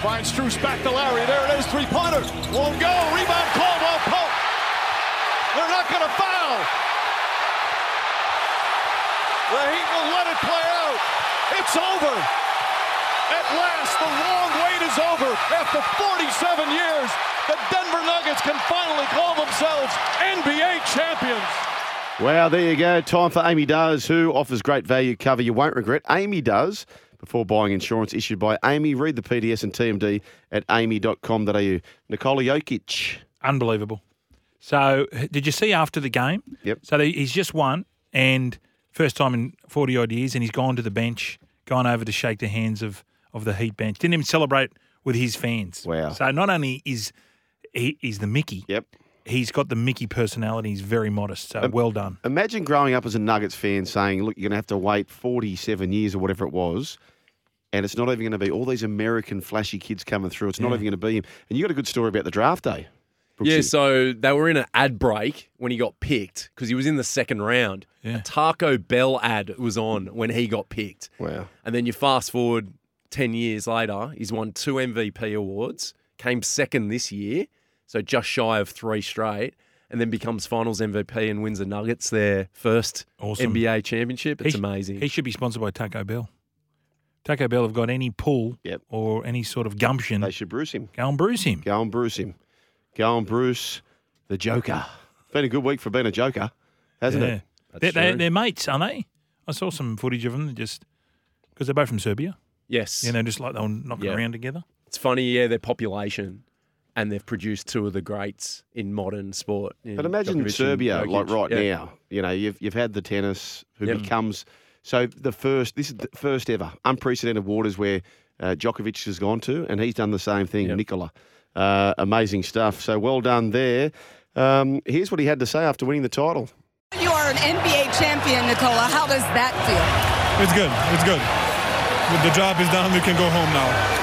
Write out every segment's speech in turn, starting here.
Finds Struce back to Larry. There it is, three-pointer. Won't go. Rebound Caldwell Pope. They're not going to foul. The Heat will let it play out. It's over. At last, the long wait is over. After 47 years, the Denver Nuggets can finally call themselves NBA champions. Wow, there you go. Time for Amy Does, who offers great value cover you won't regret. Amy Does, before buying insurance issued by Amy, read the PDS and TMD at amy.com.au. Nikola Jokic. Unbelievable. So, h- did you see after the game? Yep. So they, he's just won, and first time in forty odd years, and he's gone to the bench, gone over to shake the hands of of the Heat bench. Didn't even celebrate with his fans. Wow. So not only is he is the Mickey, Yep. he's got the Mickey personality. He's very modest. So well done. Imagine growing up as a Nuggets fan saying, look, you're going to have to wait 47 years or whatever it was, and it's not even going to be all these American flashy kids coming through. It's not even going to be him. And you got a good story about the draft day. Brooksy. Yeah, so they were in an ad break when he got picked because he was in the second round. Yeah. A Taco Bell ad was on when he got picked. Wow. And then you fast forward 10 years later, he's won two MVP awards, came second this year, so just shy of three straight, and then becomes finals MVP and wins the Nuggets their first Awesome. NBA championship. It's He sh- amazing. He should be sponsored by Taco Bell. Taco Bell have got any pull Yep. or any sort of gumption. They should bruise him. Go and bruise him. Go and bruise him. Go and bruise the Joker. Been a good week for being a Joker, hasn't Yeah. it? They're, they're, true. they're mates, aren't they? I saw some footage of them just because they're both from Serbia. yes. You know, just like they were knocking Yeah. around together. it's funny, yeah, their population. And they've produced two of the greats in modern sport. in But imagine Djokovic and Serbia, like Jokic. right Yeah. now, you know, you've, you've had the tennis who Yep. becomes so the first. This is the first ever unprecedented waters where uh, Djokovic has gone to, and he's done the same thing. Yep. Nikola, uh, amazing stuff. So well done there. Um, here's what he had to say after winning the title. You are an NBA champion, Nicola. How does that feel? It's good. It's good. The job is done. We can go home now.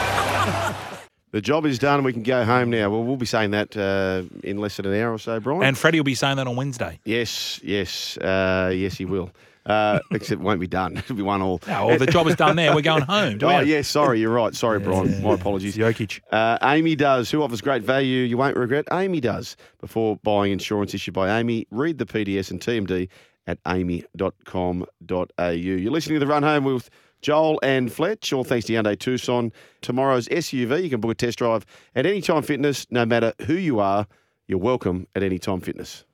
The job is done. We can go home now. Well, we'll be saying that uh, in less than an hour or so, Brian. And Freddie will be saying that on Wednesday. yes, yes, uh, yes, he will. Uh, except it won't be done. It'll be one all. Oh, well, the job is done there. We're going home. Do we Oh, have- yeah, sorry, you're right. Sorry, Brian. My apologies. It's Jokic. Uh, Amy does, who offers great value you won't regret. Amy does. Before buying insurance issued by Amy, read the PDS and TMD at amy.com.au. You're listening to The Run Home with Joel and Fletch. All thanks to Hyundai Tucson. Tomorrow's SUV, you can book a test drive at Anytime Fitness. No matter who you are, you're welcome at Anytime Fitness.